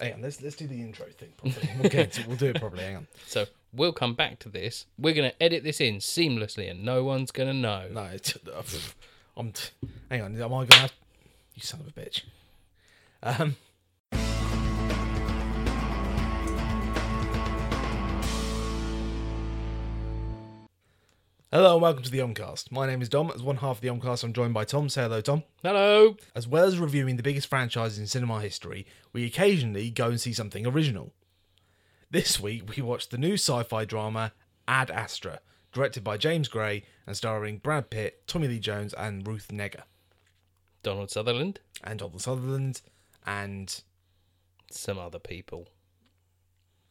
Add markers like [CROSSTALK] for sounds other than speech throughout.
Hang on, let's let's do the intro thing properly. We'll get to, we'll do it properly. Hang on. So we'll come back to this. We're going to edit this in seamlessly and no one's going to know. [LAUGHS] No, it's, uh, pff, I'm. T- hang on, am I gonna? Have- you son of a bitch. Um. Hello and welcome to the Omcast. My name is Dom. As one half of the Omcast, I'm joined by Tom. Say hello, Tom. Hello. As well as reviewing the biggest franchises in cinema history, we occasionally go and see something original. This week, we watched the new sci fi drama Ad Astra, directed by James Gray and starring Brad Pitt, Tommy Lee Jones, and Ruth Negga, Donald Sutherland. and Donald Sutherland, and Some other people.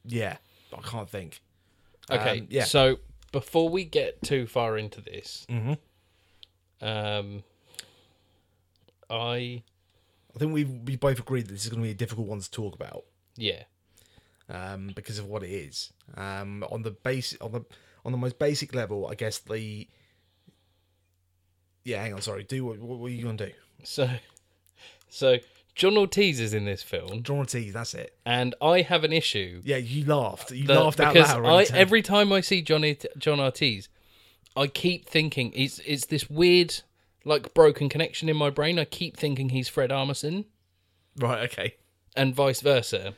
yeah, I can't think. Okay. Um, yeah. So before we get too far into this, Mm-hmm. um, I. I think we we both agreed that this is going to be a difficult one to talk about. Yeah. um, because of what it is. Um, on the base, on the on the most basic level, I guess the yeah. Hang on, sorry. Do what, what were you gonna do? So. [LAUGHS] So John Ortiz is in this film, John Ortiz, that's it. and I have an issue. Yeah, you laughed. You that- laughed out because loud. I, right? every time I see John It- John Ortiz, I keep thinking it's it's this weird like broken connection in my brain. I keep thinking he's Fred Armisen [LAUGHS] right, okay. and vice versa.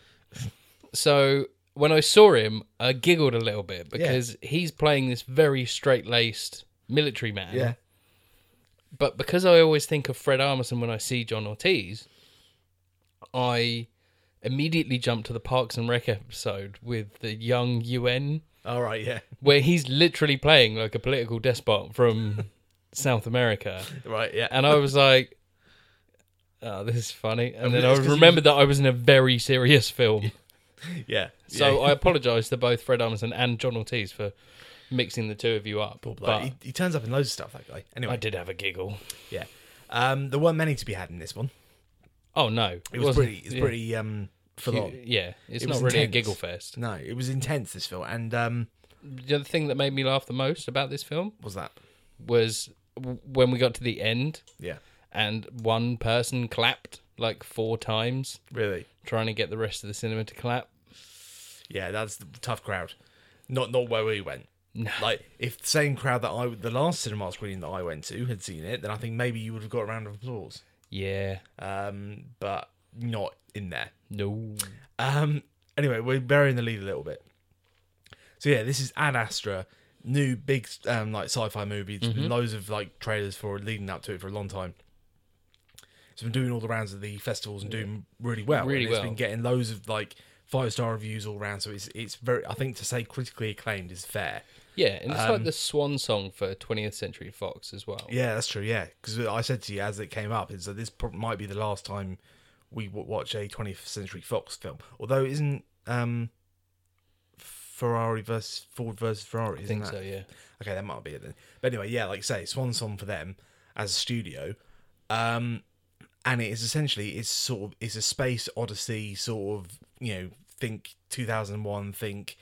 so when I saw him, I giggled a little bit because he's playing this very straight laced military man. Yeah, But because I always think of Fred Armisen when I see John Ortiz, I immediately jump to the Parks and Rec episode with the young UN [LAUGHS] all right, [LAUGHS] yeah, where he's literally playing like a political [LAUGHS] despot from South America. right, yeah. And I was like, oh, this is funny. And then I it's 'cause you- remembered that I was in a very serious film. [LAUGHS] yeah. So yeah. I apologise to both Fred Armisen and John Ortiz for mixing the two of you up. Like, But he, he turns up in loads of stuff. That guy. Anyway, I did have a giggle. yeah. Um, there weren't many to be had in this one. Oh, no. It was wasn't- pretty. It's yeah. pretty um full on. Yeah, it's It not was really a intense. giggle fest. No, it was intense. This film, and um, The other thing that made me laugh the most about this film what was that? was w- when we got to the end Yeah, and one person clapped like four times. really. trying to get the rest of the cinema to clap. Yeah, that's the tough crowd. Not not where we went. Like if the same crowd that I the last cinema screening that I went to had seen it, then I think maybe you would have got a round of applause. Yeah. Um, but not in there. No. Um, anyway, we're burying the lead a little bit. So yeah, this is Ad Astra, new big um, like sci-fi movie. There's Mm-hmm. been loads of like trailers for leading up to it for a long time. It's been doing all the rounds of the festivals and doing really well. and Really it's well. been getting loads of like five star reviews all round. So it's it's very I think to say critically acclaimed is fair. Yeah, and it's Um, like the swan song for 20th Century Fox as well. Yeah, that's true. Yeah, because I said to you as it came up is that this prob- might be the last time we w- watch a 20th Century Fox film. Although isn't um, Ferrari versus Ford versus Ferrari? I Isn't think that? so, yeah. Okay, that might be it then. But anyway, yeah, like I say, swan song for them as a studio, um, and it is essentially it's sort of it's a space odyssey sort of you know think 2001 think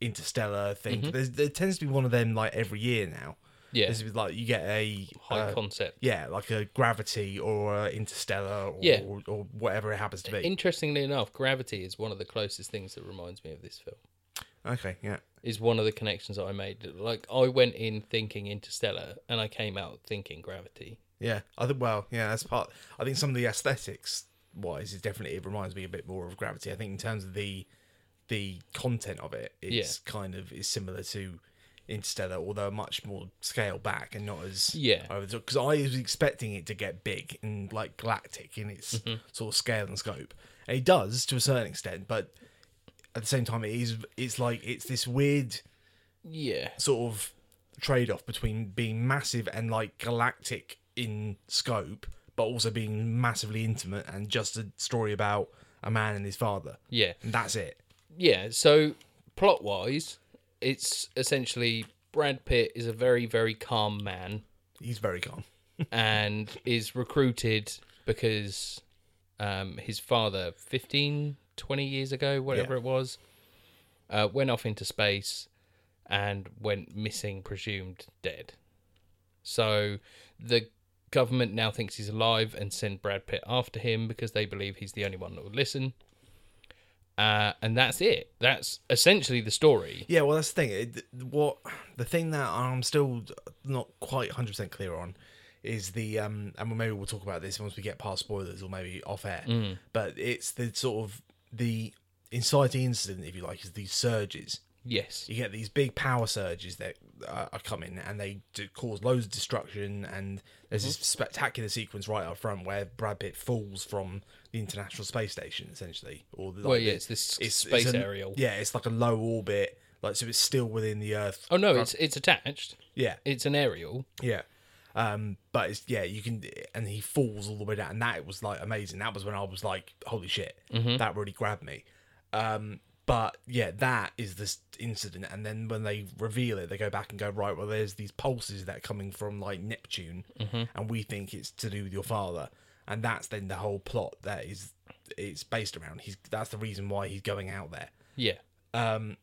interstellar think there's, there tends to be one of them like every year now Mm-hmm. Yeah. this is like you get a High uh, concept. yeah, like a gravity or a interstellar or, Yeah. or, or whatever it happens to be. Interestingly enough, Gravity is one of the closest things that reminds me of this film. okay, yeah. Is one of the connections that I made. Like I went in thinking Interstellar and I came out thinking Gravity. Yeah. I think well, yeah, that's part I think some of the aesthetics wise is definitely it reminds me a bit more of gravity. I think in terms of the the content of it, it's kind of is similar to Interstellar, although much more scale back and not as Yeah. because I was expecting it to get big and like galactic in its sort of scale and scope, and it does to a certain extent, but at the same time, it is it's like it's this weird Yeah. sort of trade off between being massive and like galactic in scope, but also being massively intimate and just a story about a man and his father. Yeah. And that's it. Yeah, so plot wise, it's essentially Brad Pitt is a very, very calm man. He's very calm. and is recruited because um, his father 15 20 years ago whatever Yeah. it was uh, went off into space and went missing presumed dead so the government now thinks he's alive and send brad pitt after him because they believe he's the only one that will listen uh, and that's it. That's essentially the story. Yeah, well, that's the thing. It, what the thing that I'm still not quite 100 percent clear on is the um, and maybe we'll talk about this once we get past spoilers or maybe off air. But it's the sort of the inciting incident, if you like, is these surges. Yes. You get these big power surges that uh, are coming, and they do cause loads of destruction. And there's Mm-hmm. this spectacular sequence right up front where Brad Pitt falls from the International Space Station, essentially, or the, like, Well, yeah, the- it's this space an- aerial. Yeah, it's like a low orbit, like so it's still within the Earth. Oh no, it's it's attached. Yeah, It's an aerial. yeah. Um, but it's yeah, you can, and he falls all the way down, and that was like amazing. That was when I was like, holy shit, that really grabbed me. Um, but yeah, that is this incident, and then when they reveal it, they go back and go right. Well, there's these pulses that are coming from like Neptune, and we think it's to do with your father, and that's then the whole plot that is it's based around. He's that's the reason why he's going out there. Yeah. Um,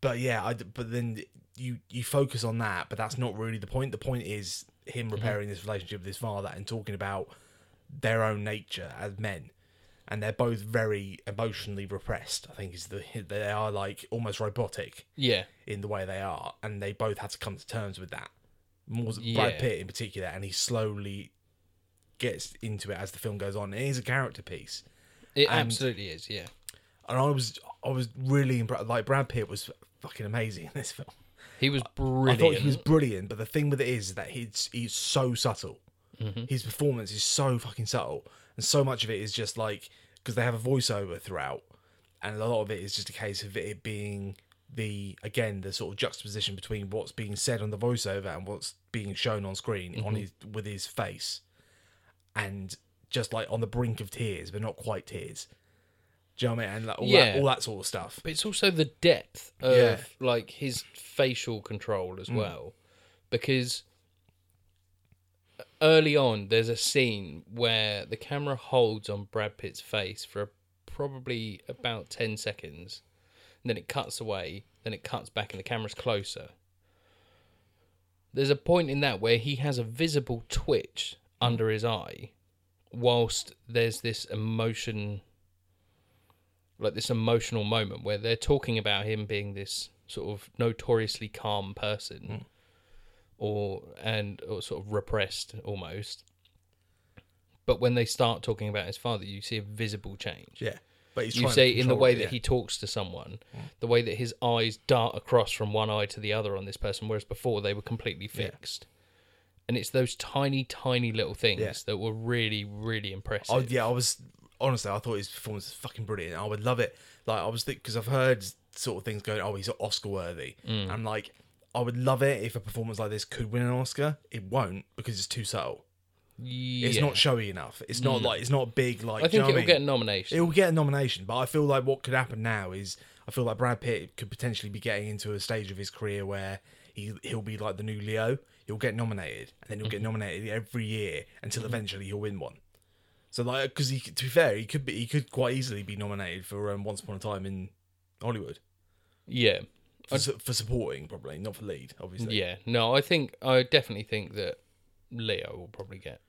but yeah, I d but then you you focus on that, but that's not really the point. The point is him repairing this relationship with his father and talking about their own nature as men, and they're both very emotionally repressed. I think is the they are like almost robotic Yeah. in the way they are, and they both had to come to terms with that. More so- Yeah. Brad Pitt in particular, and he slowly gets into it as the film goes on. It is a character piece It And- absolutely is. Yeah. and I was I was really impressed. Like Brad Pitt was fucking amazing in this film. He was brilliant. I thought he was brilliant, but the thing with it is that he's he's so subtle. Mm-hmm. His performance is so fucking subtle, and so much of it is just like because they have a voiceover throughout, and a lot of it is just a case of it being the again the sort of juxtaposition between what's being said on the voiceover and what's being shown on screen Mm-hmm. on his with his face, and just like on the brink of tears, but not quite tears. Do you know what I mean? And like all, Yeah. that, all that sort of stuff. But it's also the depth of Yeah. Mm. like his facial control as well, because early on there's a scene where the camera holds on Brad Pitt's face for probably about ten seconds, and then it cuts away, then it cuts back, and the camera's closer. There's a point in that where he has a visible twitch under his eye, whilst there's this emotion like this emotional moment where they're talking about him being this sort of notoriously calm person or and or sort of repressed almost but when they start talking about his father you see a visible change Yeah, but he's you trying to say in the control way it, that yeah. Mm. he talks to someone the way that his eyes dart across from one eye to the other on this person whereas before they were completely fixed and it's those tiny tiny little things Yeah. that were really really impressive I, yeah, I was honestly, I thought his performance was fucking brilliant. I would love it. Like I was because I've heard sort of things going, oh, he's Oscar worthy. Mm. I'm like, I would love it if a performance like this could win an Oscar. It won't because it's too subtle. It's Yeah. Mm. not showy enough. It's not like it's not big. Like i do you think know what it will mean? get a nomination It will get a nomination, but I feel like what could happen now is I feel like Brad Pitt could potentially be getting into a stage of his career where he he'll be like the new Leo. He'll get nominated, and then he'll Mm-hmm. get nominated every year until eventually he'll win one. So like, because he to be fair, he could be he could quite easily be nominated for um, Once Upon a Time in Hollywood yeah for, su- for supporting, probably not for lead, obviously. Yeah, no, I think I definitely think that Leo will probably get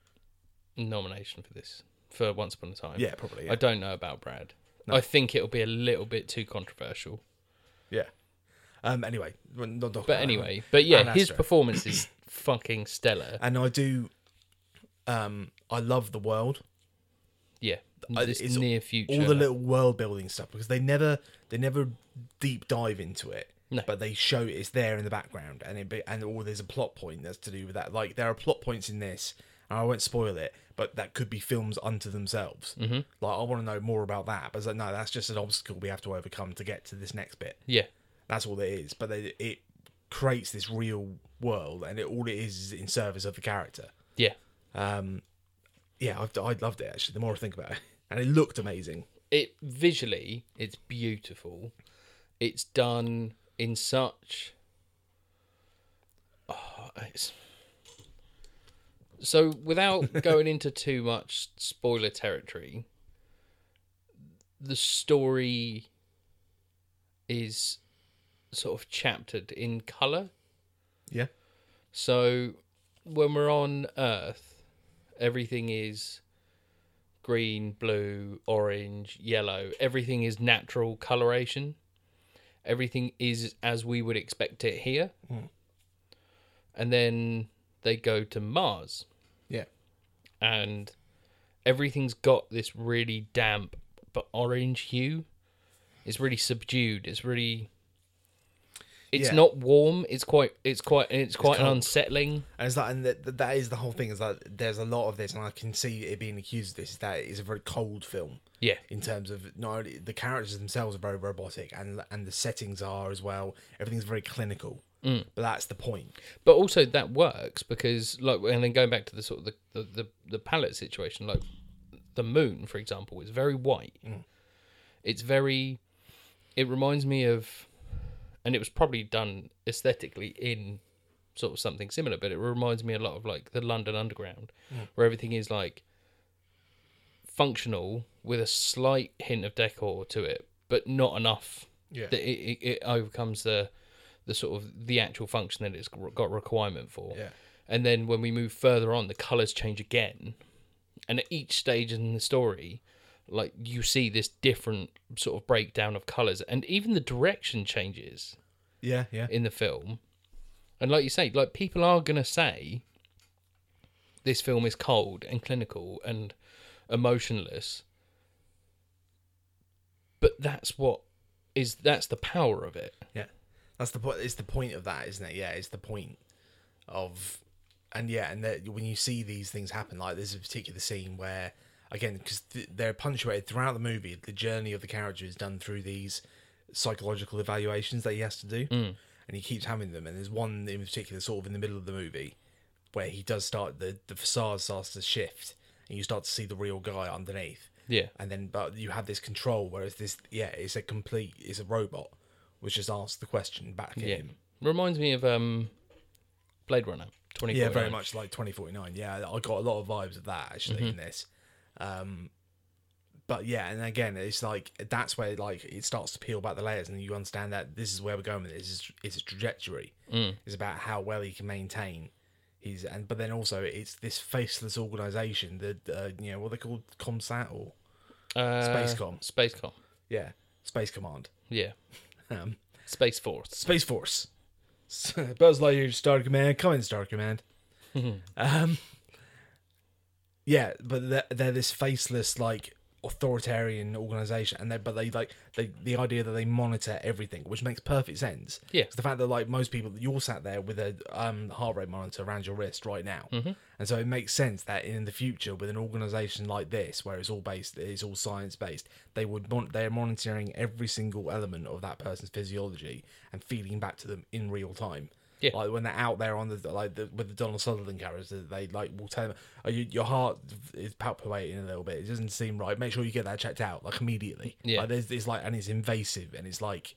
nomination for this for Once Upon a Time. Yeah, probably. Yeah. I don't know about Brad. I think it'll be a little bit too controversial. yeah. Um. Anyway, we're not talking But about that. anyway, but yeah, Um, And his Astro. [CLEARS THROAT] performance is fucking stellar. and I do. Um. I love the world. Yeah, I- this Uh, it's near future. all the little world building stuff because they never they never deep dive into it No. but they show it's there in the background and it be, and all there's a plot point that's to do with that like there are plot points in this and I won't spoil it but that could be films unto themselves mm-hmm. like I want to know more about that but it's like no that's just an obstacle we have to overcome to get to this next bit yeah, that's all it is but they, it creates this real world and it all it is is in service of the character yeah. um yeah I've, I loved it actually the more I think about it [LAUGHS] and it looked amazing It visually, it's beautiful. It's done in such. Oh, it's... So, [LAUGHS] without going into too much spoiler territory, the story is sort of chaptered in color. yeah So when we're on Earth, everything is green, blue, orange, yellow. Everything is natural coloration. Everything is as we would expect it here. Hmm. And then they go to Mars Yeah. and everything's got this really damp but orange hue. It's really subdued. It's really it's Yeah. not warm. It's quite it's quite it's quite an cold. unsettling. And it's like, and that, that is the whole thing. Is like there's a lot of this, and I can see it being accused of this. Is that it's a very cold film Yeah. in terms of not only the characters themselves are very robotic, and and the settings are as well. Everything's very clinical. But that's the point. But also that works because like and then going back to the sort of the the, the, the palette situation, like the moon, for example, is very white. It's very it reminds me of and it was probably done aesthetically in sort of something similar, but it reminds me a lot of like the London Underground, where everything is like functional with a slight hint of decor to it, but not enough Yeah. that it, it, it overcomes the the sort of the actual function that it's got requirement for. Yeah. And then when we move further on, the colors change again, and at each stage in the story, like you see this different sort of breakdown of colors, and even the direction changes Yeah, yeah, in the film. And like you say, like people are gonna say this film is cold and clinical and emotionless. But that's what is that's the power of it. yeah. That's the point. It's the point of that, isn't it? Yeah, it's the point of, and yeah, and that when you see these things happen, like there's a particular scene where, again, because th- they're punctuated throughout the movie, the journey of the character is done through these psychological evaluations that he has to do, and he keeps having them. And there's one in particular, sort of in the middle of the movie, where he does start the the facade starts to shift, and you start to see the real guy underneath. Yeah. and then but you have this control whereas this yeah it's a complete it's a robot which just asks the question back at Yeah. him Reminds me of um Blade Runner twenty yeah very much like 2049 yeah i got a lot of vibes of that actually in this um but yeah and again it's like that's where like it starts to peel back the layers and you understand that this is where we're going with this it's, it's a trajectory it's about how well he can maintain his and but then also it's this faceless organization that uh, you know what they called comsat or Uh, Spacecom. Spacecom. yeah space command [LAUGHS] Yeah. um Space Force. Space Force. [LAUGHS] Buzz Lightyear, Star Command. Come in, Star Command. um, yeah, but they're, they're this faceless, like authoritarian organization, and they but they like they the idea that they monitor everything, which makes perfect sense. Yeah. it's the fact that like most people, you're sat there with a um heart rate monitor around your wrist right now, and so it makes sense that in the future, with an organization like this, where it's all based, it's all science based, they would mon- they're monitoring every single element of that person's physiology and feeding back to them in real time. Yeah. Like when they're out there on the like the, with the Donald Sutherland character, they like will tell them, "Oh, you, your heart is palpitating a little bit. It doesn't seem right. Make sure you get that checked out like immediately." Yeah. Like there's it's like and it's invasive and it's like,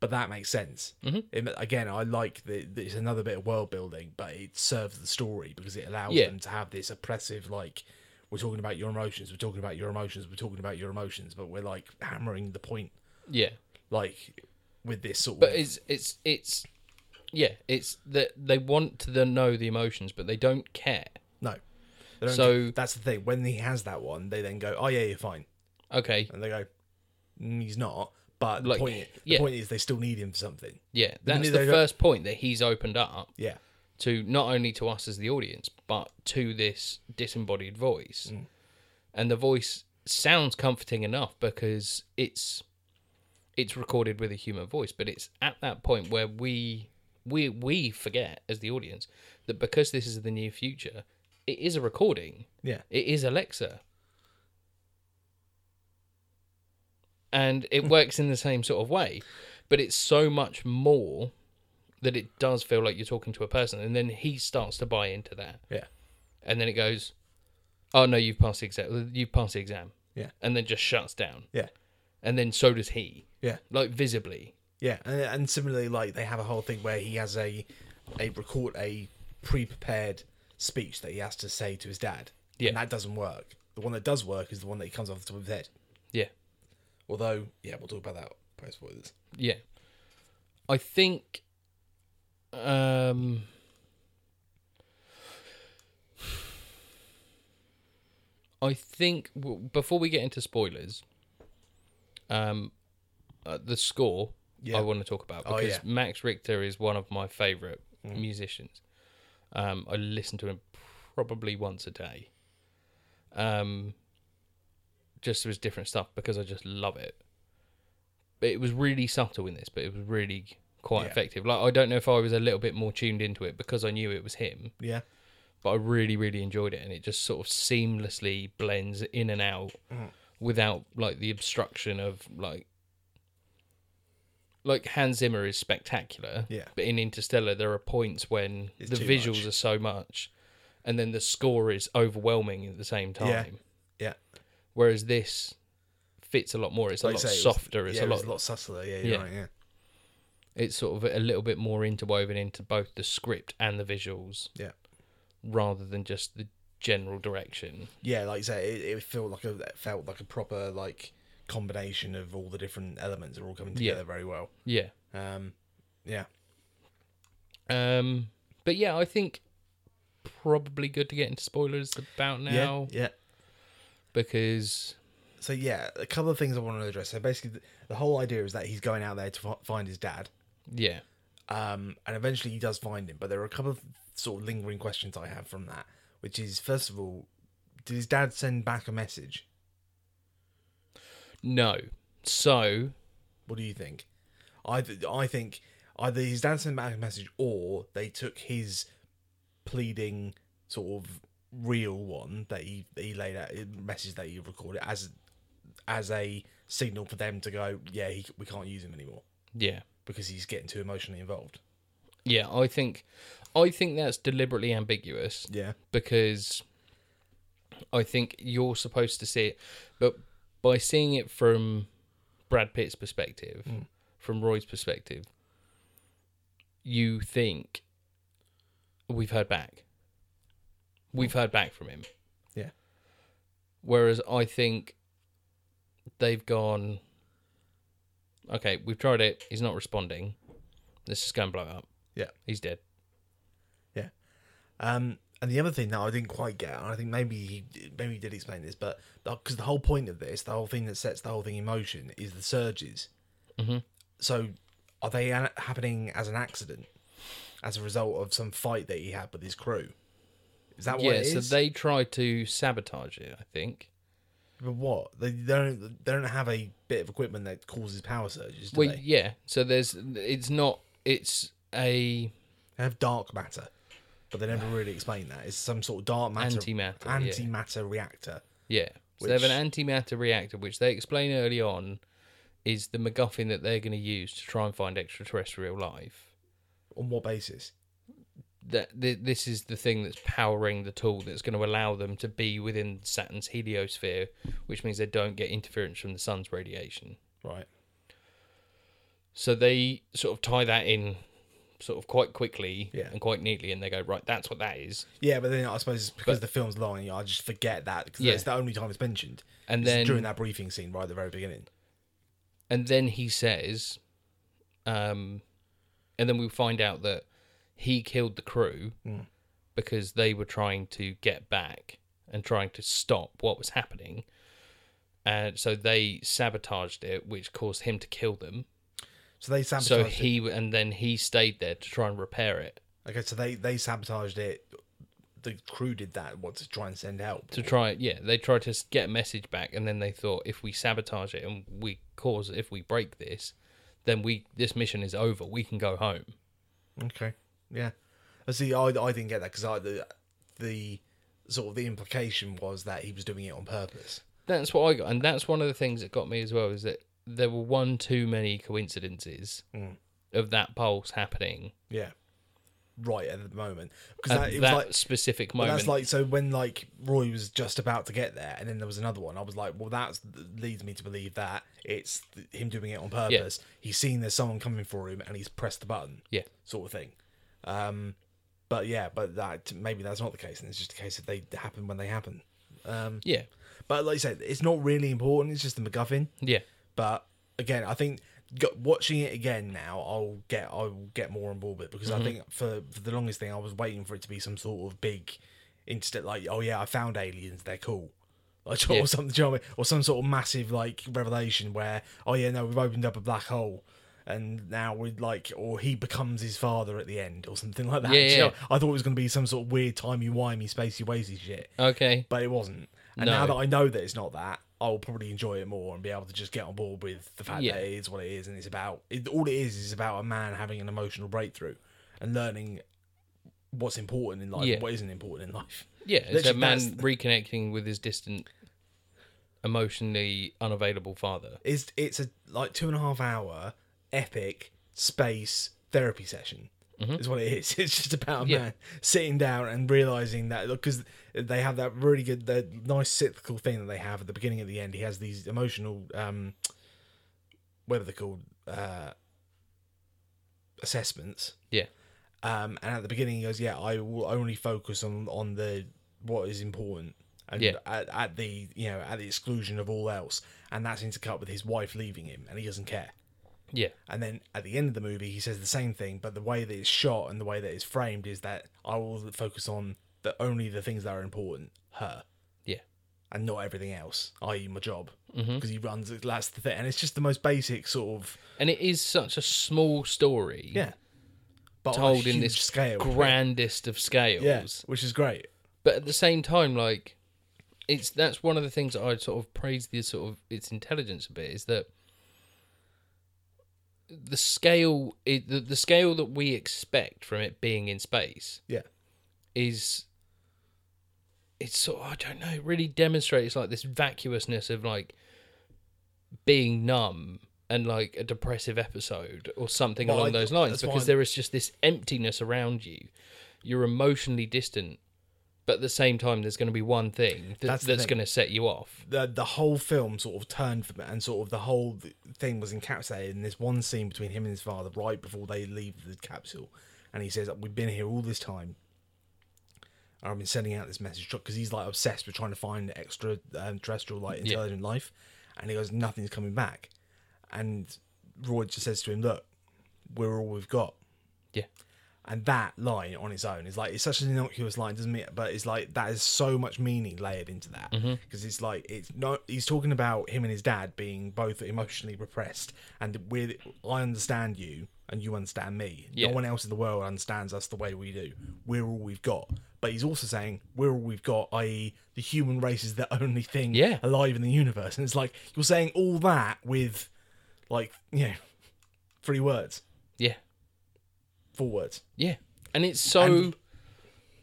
but that makes sense. Mm-hmm. It- again, I like that that it's another bit of world building, but it serves the story because it allows Yeah. them to have this oppressive like. We're talking about your emotions. We're talking about your emotions. We're talking about your emotions, but we're like hammering the point, Yeah. like with this sort But of it's it's it's yeah, it's that they want to know the emotions, but they don't care. No. They don't So- get- that's the thing. When he has that one, they then go, "Oh yeah, you're fine," Okay, and they go, mm, "He's not." But Like, the point, the yeah. point is, they still need him for something. yeah, then that's they the go- first point that he's opened up Yeah, to not only to us as the audience, but to this disembodied voice. And the voice sounds comforting enough because it's it's recorded with a human voice, but it's at that point where we we we forget as the audience that because this is the near future, it is a recording. yeah, It is Alexa. And it works in the same sort of way, but it's so much more that it does feel like you're talking to a person. And then he starts to buy into that. yeah, And then it goes, Oh, no, you've passed the exam. You've passed the exam. Yeah. And then just shuts down. yeah, And then so does he, yeah, like visibly. yeah. And, and similarly, like they have a whole thing where he has a a record a pre-prepared speech that he has to say to his dad. Yeah. and that doesn't work. The one that does work is the one that he comes off the top of his head. Yeah. Although, yeah, we'll talk about that post spoilers. Yeah. I think um I think w- before we get into spoilers, um, uh, the score Yeah. I want to talk about Oh, because yeah. Mm. Max Richter is one of my favorite musicians. Um, I listen to him probably once a day. Um, just with different stuff because I just love it. But it was really subtle in this, but it was really quite Yeah. effective. Like I don't know if I was a little bit more tuned into it because I knew it was him Yeah. but I really, really enjoyed it, and it just sort of seamlessly blends in and out Mm. without like the obstruction of like like Hans Zimmer is spectacular, Yeah. But in Interstellar, there are points when It's the too visuals much. are so much, and then the score is overwhelming at the same time. Yeah. Yeah. Whereas this fits a lot more. It's a Like you lot say, it was- softer. Yeah, it's it a was lot. a lot subtler. Yeah, you're Yeah. right. Yeah. It's sort of a little bit more interwoven into both the script and the visuals, Yeah. rather than just the general direction. Yeah, like you say, it, it felt like a it felt like a proper like combination of all the different elements are all coming Yeah. together very well. Yeah. Um, yeah, Um, but yeah, I think probably good to get into spoilers about now yeah, yeah. because So yeah, a couple of things I want to address. So basically, the, the whole idea is that he's going out there to fi- find his dad, yeah, um, and eventually he does find him. But there are a couple of sort of lingering questions I have from that, which is first of all, did his dad send back a message? no. So What do you think? I th- I think either his dad sent back a message or they took his pleading sort of real one that he that he laid out message that he recorded as as a signal for them to go yeah he, we can't use him anymore yeah, because he's getting too emotionally involved. yeah. I think I think that's deliberately ambiguous Yeah. because I think you're supposed to see it, but by seeing it from Brad Pitt's perspective, Mm. from Roy's perspective, you think we've heard back. We've heard back from him. Yeah. Whereas I think they've gone, okay, we've tried it. He's not responding. This is going to blow up. Yeah. He's dead. Um, and the other thing that I didn't quite get, and I think maybe he maybe he did explain this, but because the whole point of this, the whole thing that sets the whole thing in motion is the surges. Mhm. So, are they an- happening as an accident, as a result of some fight that he had with his crew? Is that what yeah. it is? So they tried to sabotage it, I think. But what they don't they don't have a bit of equipment that causes power surges, do Well, they? yeah. So there's, it's not, it's a They have dark matter, but they never really explain that. It's some sort of dark matter Antimatter, yeah. antimatter reactor. yeah. So they have an Which- antimatter reactor, which they explain early on is the MacGuffin that they're going to use to try and find extraterrestrial life. On what basis? That th- this is the thing that's powering the tool that's going to allow them to be within Saturn's heliosphere, which means they don't get interference from the sun's radiation. Right. So they sort of tie that in, sort of quite quickly Yeah. and quite neatly, and they go right. That's what that is. Yeah, but then I suppose it's because the film's long, you know, I just forget that because Yeah. it's the only time it's mentioned. And It's then during that briefing scene right at the very beginning. and then he says um and then we find out that he killed the crew Hmm. because they were trying to get back and trying to stop what was happening and so they sabotaged it which caused him to kill them So they sabotaged. so it. he and then he stayed there to try and repair it Okay, so they they sabotaged it. The crew did that. What to try and send help? to try yeah they tried to s- get a message back and then they thought if we sabotage it and we cause if we break this then we this mission is over we can go home Okay. Yeah. I see. I, I didn't get that because I the the sort of the implication was that he was doing it on purpose. That's what I got, and that's one of the things that got me as well is that there were one too many coincidences Mm. of that pulse happening Yeah. Right at the moment because at that, that, it was like specific But moment. that's like so when like Roy was just about to get there, and then there was another one. I was like, well, that leads me to believe that it's th- him doing it on purpose. He's seen there's someone coming for him, and he's pressed the button, yeah, sort of thing. Um, but yeah, but that maybe that's not the case, and it's just a case of they happen when they happen. Um, yeah, but like you said, it's not really important. It's just the MacGuffin. yeah, But again, I think go- watching it again now, I'll get I'll get more on board with it because Mm-hmm. I think for, for the longest thing, I was waiting for it to be some sort of big, instead like oh yeah, I found aliens, they're cool, like [LAUGHS] or Yeah. something, do you know what I mean? or some sort of massive like revelation where oh yeah, no, we've opened up a black hole. And now we like, or he becomes his father at the end, or something like that. Yeah, Do you yeah. know, I thought it was going to be some sort of weird timey wimey, spacey wacy shit, Okay. but it wasn't. And No. now that I know that it's not that, I'll probably enjoy it more and be able to just get on board with the fact Yeah. that it is what it is, and it's about it, all it is is about a man having an emotional breakthrough and learning what's important in life, Yeah. and what isn't important in life. Yeah, it's a Literally, man that's reconnecting with his distant, emotionally unavailable father. is it's a like two and a half hour epic space therapy session is what it is [LAUGHS] it's just about a Yeah. man sitting down and realizing that because they have that really good that nice cyclical thing that they have at the beginning and the end he has these emotional um whatever they're called uh assessments Yeah. um, and at the beginning, he goes, "Yeah, I will only focus on on the what is important, and Yeah. at, at the you know at the exclusion of all else." And that's intercut with his wife leaving him, and he doesn't care. Yeah. And then at the end of the movie, he says the same thing, but the way that it's shot and the way that it's framed is that I will focus on the only the things that are important, her, Yeah. and not everything else, i.e., my job, because Mhm. he runs. That's the thing, and it's just the most basic sort of And it is such a small story yeah, but on a told in huge this scale, grandest of scales. yeah, which is great. But at the same time, like it's that's one of the things that I sort of praise the sort of its intelligence a bit is that the scale it, the, the scale that we expect from it being in space Yeah. is it's sort of, I don't know, it really demonstrates like this vacuousness of like being numb and like a depressive episode or something Well, along I- those lines that's why because I'm- there is just this emptiness around you. You're emotionally distant, but at the same time, there's going to be one thing that, That's that's, the thing. going to set you off. the the whole film sort of turned from it, and sort of the whole thing was encapsulated in this one scene between him and his father right before they leave the capsule, and he says, "We've been here all this time." and I've been sending out this message because he's like obsessed with trying to find extra um, terrestrial, like intelligent life, and he goes, "Nothing's coming back," and Roy just says to him, "Look, we're all we've got." Yeah. And that line on its own is like it's such an innocuous line, doesn't it? But it's like that is so much meaning layered into that Mm-hmm. because it's like it's no. He's talking about him and his dad being both emotionally repressed, and with I understand you and you understand me. Yeah. No one else in the world understands us the way we do. We're all we've got. But he's also saying we're all we've got, i.e., the human race is the only thing Yeah. alive in the universe. And it's like you're saying all that with, like you know, three words, Yeah. four words. Yeah. And it's so. And-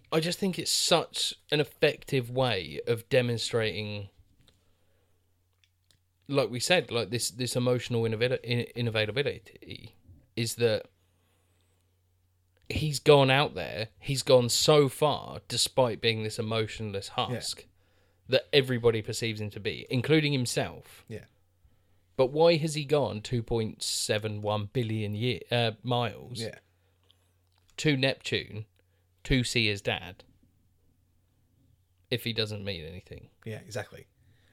I just think it's such an effective way of demonstrating, like we said, like this this emotional innovabil- in- inavailability is that he's gone out there, he's gone so far, despite being this emotionless husk that everybody perceives him to be, including himself. Yeah. But why has he gone two point seven one billion year uh, miles? Yeah. to Neptune to see his dad if he doesn't mean anything. Yeah, exactly.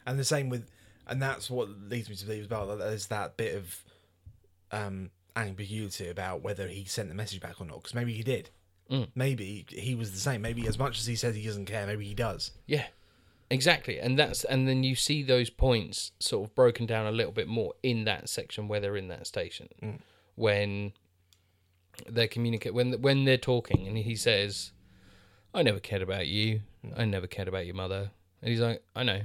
And the same with, and that's what leads me to believe as well that there's that bit of um, ambiguity about whether he sent the message back or not, because maybe he did. Maybe he was the same. Maybe as much as he says he doesn't care, maybe he does. Yeah. Exactly. And that's and then you see those points sort of broken down a little bit more in that section where they're in that station. Mm. When they're communicate when when they're talking and he says, I never cared about you. Mm. I never cared about your mother. And he's like, I know.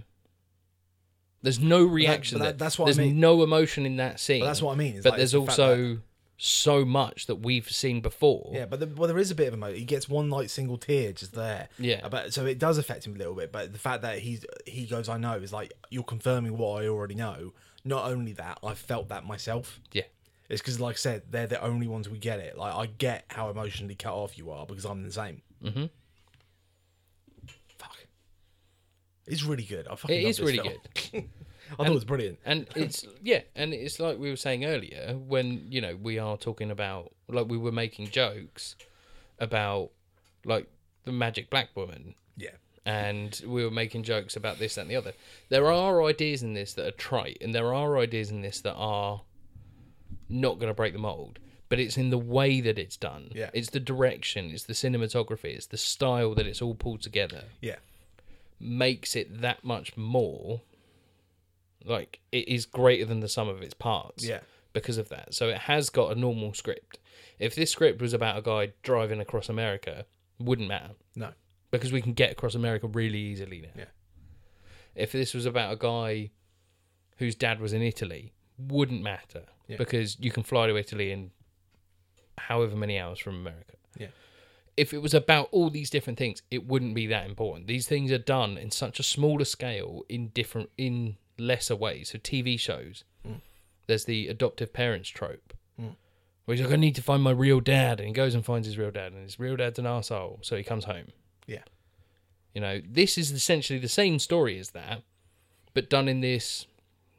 There's no reaction. but there. that- that's what I There's mean. no emotion in that scene. that's what I mean, is but like, there's the fact also so much that we've seen before. Yeah, but the, well, there is a bit of a moment. He gets one like single tear just there. Uh, Yeah. but so it does affect him a little bit. But the fact that he's he goes, I know, is like you're confirming what I already know. Not only that, I felt that myself. Yeah. It's because, like I said, they're the only ones we get it. Like I get how emotionally cut off you are because I'm the same. Mm-hmm. Fuck. It's really good. I fucking It love is this really film. [LAUGHS] I thought it was brilliant. And it's yeah, and it's like we were saying earlier when you know we are talking about like we were making jokes about like the magic black woman Yeah. and we were making jokes about this that, and the other. There are ideas in this that are trite, and there are ideas in this that are not going to break the mold. But it's in the way that it's done. Yeah. It's the direction. It's the cinematography. It's the style that it's all pulled together. Yeah. makes it that much more like it is greater than the sum of its parts Yeah. because of that. So it has got a normal script. If this script was about a guy driving across America, wouldn't matter No. because we can get across America really easily now. Yeah. If this was about a guy whose dad was in Italy, wouldn't matter Yeah. because you can fly to Italy in however many hours from America. Yeah. If it was about all these different things, it wouldn't be that important. These things are done in such a smaller scale in different in lesser ways. So TV shows. Hmm. There's the adoptive parents trope. Where he's like, I need to find my real dad and he goes and finds his real dad and his real dad's an arsehole, so he comes home. Yeah. You know, this is essentially the same story as that, but done in this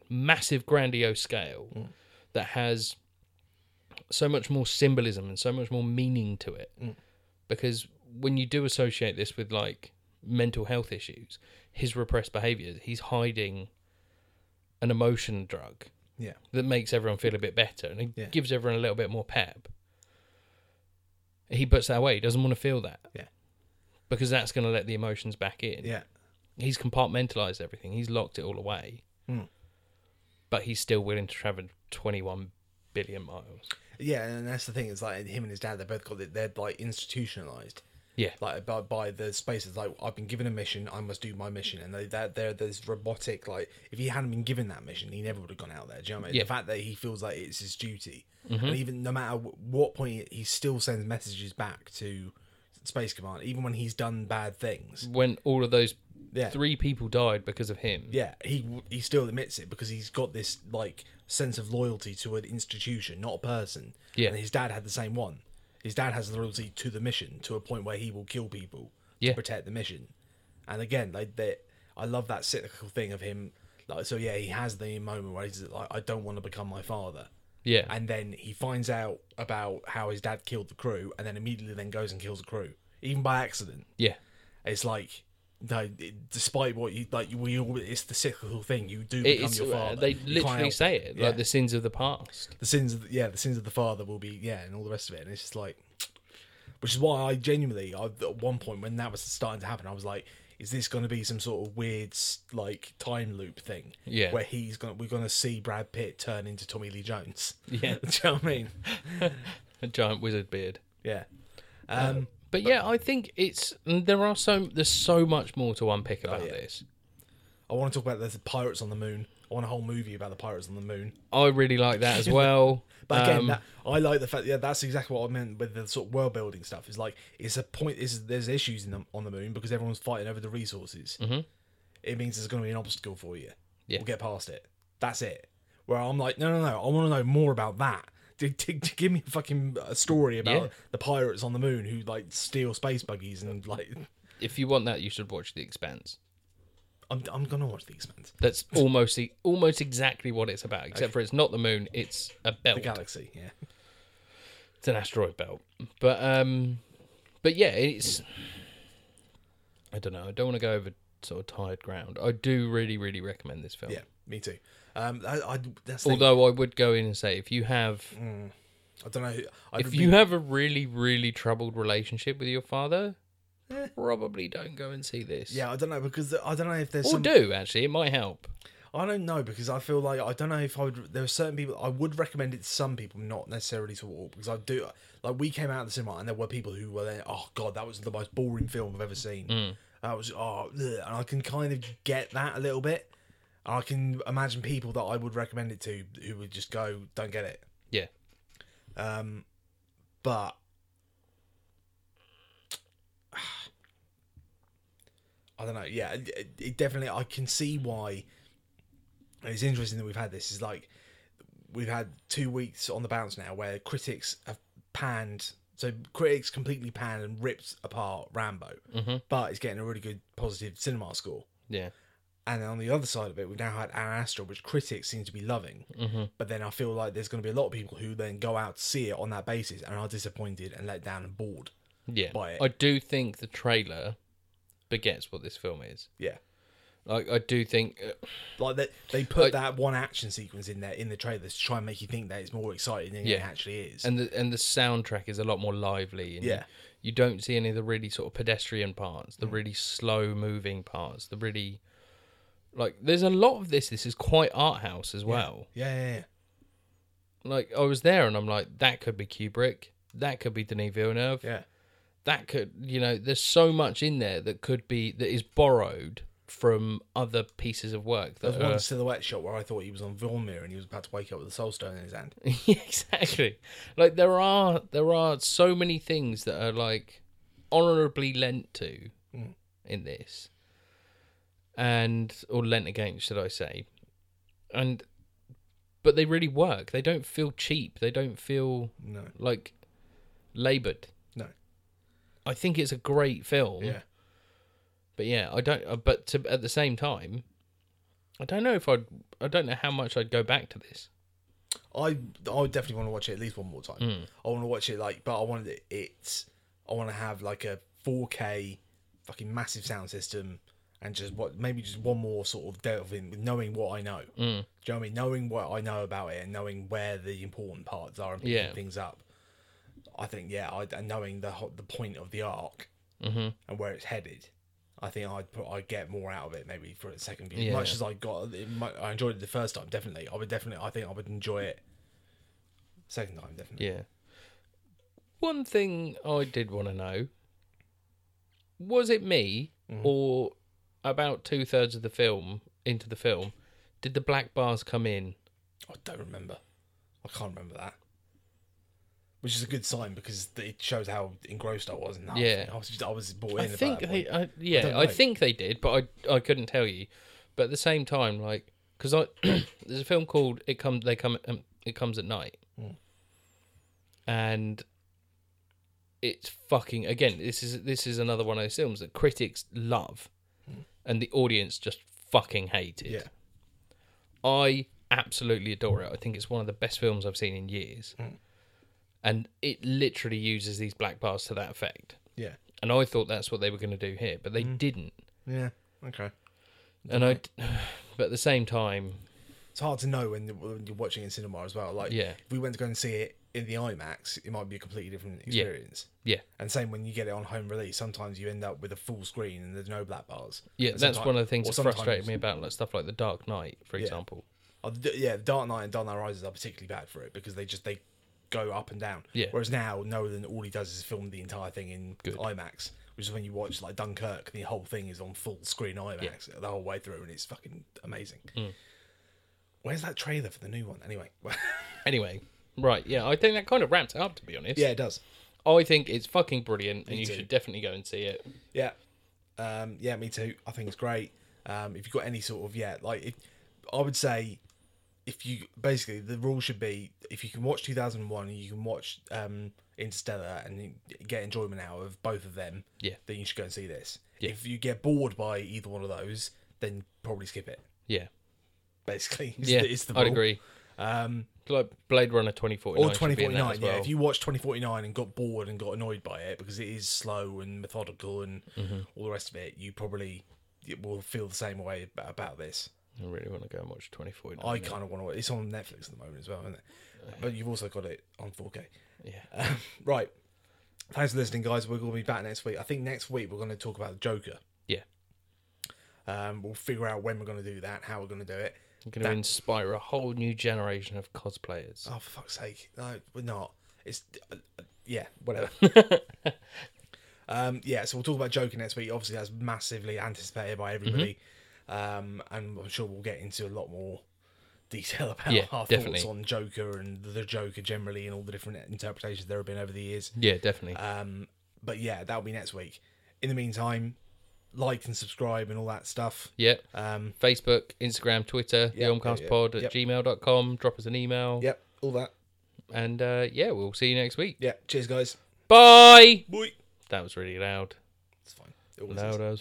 massive, grandiose scale that has so much more symbolism and so much more meaning to it. Because when you do associate this with like mental health issues, his repressed behaviors, he's hiding an emotion drug Yeah. that makes everyone feel a bit better and it Yeah. gives everyone a little bit more pep. He puts that away. He doesn't want to feel that. Yeah. Because that's going to let the emotions back in. Yeah. He's compartmentalized everything. He's locked it all away. Hmm. But he's still willing to travel 21 billion miles. Yeah, and that's the thing. It's like him and his dad. They both got it. They're like institutionalized. Yeah. Like by, by the spaces, like I've been given a mission, I must do my mission, and they that they're this robotic. Like if he hadn't been given that mission, he never would have gone out there. Do you know what I mean? Yeah. The fact that he feels like it's his duty, and even no matter wh- what point, he still sends messages back to Space Command, even when he's done bad things. When all of those Yeah. three people died because of him. Yeah, he he still admits it because he's got this like sense of loyalty to an institution, not a person. Yeah. and his dad had the same one. His dad has loyalty to the mission to a point where he will kill people Yeah. to protect the mission. And again, like they, I love that cyclical thing of him. Like so, yeah, he has the moment where he's like, I don't want to become my father. Yeah. And then he finds out about how his dad killed the crew, and then immediately then goes and kills the crew, even by accident. yeah. It's like no, it- despite what you like, we all it's the cyclical thing. You do It- become it's, your uh, father. they You can't literally help say it, Yeah. like the sins of the past. The sins, of the, yeah, the sins of the father will be, yeah, and all the rest of it. And it's just like, which is why I genuinely, I, at one point when that was starting to happen, I was like, is this going to be some sort of weird s- like time loop thing? Yeah. where he's gonna we're gonna see Brad Pitt turn into Tommy Lee Jones. [LAUGHS] [LAUGHS] Yeah. do you know what I mean? A giant wizard beard. Yeah. Um, But yeah, I think it's mm, there are so there's so much more to unpick about Oh, yeah. this. I want to talk about the pirates on the moon. I want a whole movie about the pirates on the moon. I really like [LAUGHS] that as well. But again, Um, that, I like the fact. Yeah, that's exactly what I meant with the sort of world building stuff. Is like it's a point. Is there's issues in the, on the moon because everyone's fighting over the resources. Mm-hmm. It means there's going to be an obstacle for you. Yeah. We'll get past it. That's it. Where I'm like, no, no, no. I want to know more about that. [LAUGHS] D- d- d- give me a fucking uh, story about Yeah. the pirates on the moon who like steal space buggies and like. [LAUGHS] if you want that, you should watch The Expanse. I'm, I'm gonna watch these men. That's almost the, almost exactly what it's about, except for it's not the moon; it's a belt. The galaxy. Yeah. It's an asteroid belt. But um, but yeah, it's. I don't know. I don't want to go over sort of tired ground. I do really, really recommend this film. Yeah. Me too. Um. I. I that's the thing. Although I would go in and say, if you have I don't know. Who, I'd if be- you have a really, really troubled relationship with your father, probably don't go and see this. Yeah. I don't know because I don't know if there's Or some. do actually, it might help. I don't know because I feel like I don't know if I would. There are certain people I would recommend it to some people, not necessarily to all. Because I do like we came out of the cinema and there were people who were there. Oh god, that was the most boring film I've ever seen. That was oh, ugh," and I can kind of get that a little bit. I can imagine people that I would recommend it to who would just go, don't get it. Yeah, Um, but I don't know. Yeah, it, it definitely. I can see why. It's interesting that we've had this. Is like we've had two weeks on the bounce now where critics have panned. So critics completely panned and ripped apart Rambo, but it's getting a really good positive cinema score. yeah, And then on the other side of it, we've now had An Astra, which critics seem to be loving. Mm-hmm. But then I feel like there's going to be a lot of people who then go out to see it on that basis and are disappointed and let down and bored. yeah. Buy it. I do think the trailer begets what this film is. Yeah. Like I do think uh, Like they they put Like- that one action sequence in there in the trailers to try and make you think that it's more exciting than it Yeah. actually is. and the and the soundtrack is a lot more lively. And you- Yeah. Mm. you, don't see any of the really sort of pedestrian parts, the really slow moving parts, the really like. There's a lot of this. This is quite art house as well. yeah, yeah, yeah. Like I was there and I'm like, that could be Kubrick. That could be Denis Villeneuve. Yeah. That could, you know, there's so much in there that could be that is borrowed from other pieces of work. There was That one are, silhouette shot where I thought he was on Vilmir and he was about to wake up with a soul stone in his hand. [LAUGHS] Yeah, exactly. Like there are there are so many things that are like honorably lent to in this, and or lent against, should I say? And but they really work. They don't feel cheap. They don't feel No, like laboured. no. I think it's a great film. Yeah. But yeah, I don't. uh, But to, at the same time, I don't know if I'd. I don't know how much I'd go back to this. I I would definitely want to watch it at least one more time. I want to watch it like, but I wanted it. It's I want to have like a 4K fucking massive sound system and just what maybe just one more sort of delve in with knowing what I know. Do you know what I mean? Knowing what I know about it and knowing where the important parts are and picking Yeah. things up. I think yeah, I, and knowing the ho- the point of the arc Mm-hmm. and where it's headed. I think I'd put, I'd get more out of it maybe for a second view. Yeah. Much as I got, it, mu- I enjoyed it the first time. Definitely, I would definitely. I think I would enjoy it second time. Definitely. Yeah. One thing I did want to know was it me or about two thirds of the film into the film did the black bars come in? I don't remember. I can't remember that. Which is a good sign because it shows how engrossed I was in that. Yeah. I was, just- I was bought in. I about think that they, point. I, yeah, don't I, know. think they did, but I I couldn't tell you. But at the same time, like because I [CLEARS THROAT] there's a film called It Comes They Come um, It Comes at Night, Hmm. and it's fucking again. This is this is another one of those films that critics love, and the audience just fucking hated. Hmm. Yeah. I absolutely adore it. I think it's one of the best films I've seen in years. Hmm. And it literally uses these black bars to that effect. Yeah. And I thought that's what they were going to do here, but they Mm. didn't. Yeah. Okay. And I, [SIGHS] but at the same time, It's hard to know when, when you're watching in cinema as well. Like, Yeah. if we went to go and see it in the IMAX, it might be a completely different experience. yeah, And same when you get it on home release, sometimes you end up with a full screen and there's no black bars. yeah, And that's sometime- one of the things or that frustrated sometimes- me about like stuff like The Dark Knight, for example. Oh, d- yeah, Dark Knight and Dark Knight Rises are particularly bad for it because they just they go up and down. Yeah. Whereas now Nolan all he does is film the entire thing in IMAX, which is when you watch like Dunkirk, the whole thing is on full screen IMAX the whole way through, and it's fucking amazing. Mm. Where's that trailer for the new one? Anyway, [LAUGHS] Anyway, right, yeah, I think that kind of wraps it up, to be honest. yeah, it does. I think it's fucking brilliant, and you too. should definitely go and see it. Yeah. Um, yeah, me too. I think it's great. Um, if you've got any sort of yeah, like if, I would say, if you basically the rule should be if you can watch 2001, you can watch um, Interstellar and you get enjoyment out of both of them. Yeah. Then you should go and see this. If you get bored by either one of those, then probably skip it. Yeah, Basically, [LAUGHS] it's yeah, the, it's the I'd rule. agree. Um, Like Blade Runner twenty forty or nine should be in that 2049 as yeah well. if you watch 2049 and got bored and got annoyed by it because it is slow and methodical and Mm-hmm. all the rest of it you probably will feel the same way ab- about this I really want to go and watch twenty forty nine. i kind of want to it's on netflix at the moment as well isn't it but you've also got it on 4k Yeah. [LAUGHS] um, right thanks for listening guys we're going to be back next week i think next week we're going to talk about the joker Yeah. um, we'll figure out when we're going to do that how we're going to do it I'm going to inspire a whole new generation of cosplayers. Oh, for fuck's sake. No, we're not. It's. Uh, uh, yeah, [LAUGHS] whatever. um, yeah, so we'll talk about Joker next week. Obviously, that's massively anticipated by everybody. Um, and I'm sure we'll get into a lot more detail [LAUGHS] about Yeah, our definitely. thoughts on Joker and the Joker generally and all the different interpretations there have been over the years. Yeah, definitely. Um, but yeah, that'll be next week. In the meantime, like and subscribe and all that stuff. yeah. Um, Facebook, Instagram, Twitter, yeah, the omcastpod yeah. at gmail.com. Drop us an email. yep, all that. And uh, yeah, we'll see you next week. Yeah, cheers, guys. Bye. Boy. That was really loud. It's fine. It always is. Loud as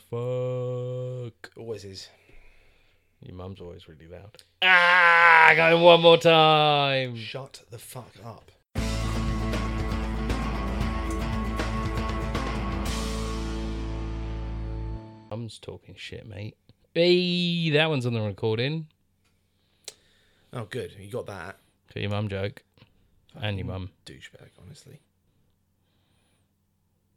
fuck. Always is. Your mum's always really loud. Ah, going one more time. Shut the fuck up. Mum's talking shit, mate. Hey, that one's on the recording. Oh, good. You got that For your mum joke. And your mum. douchebag, honestly.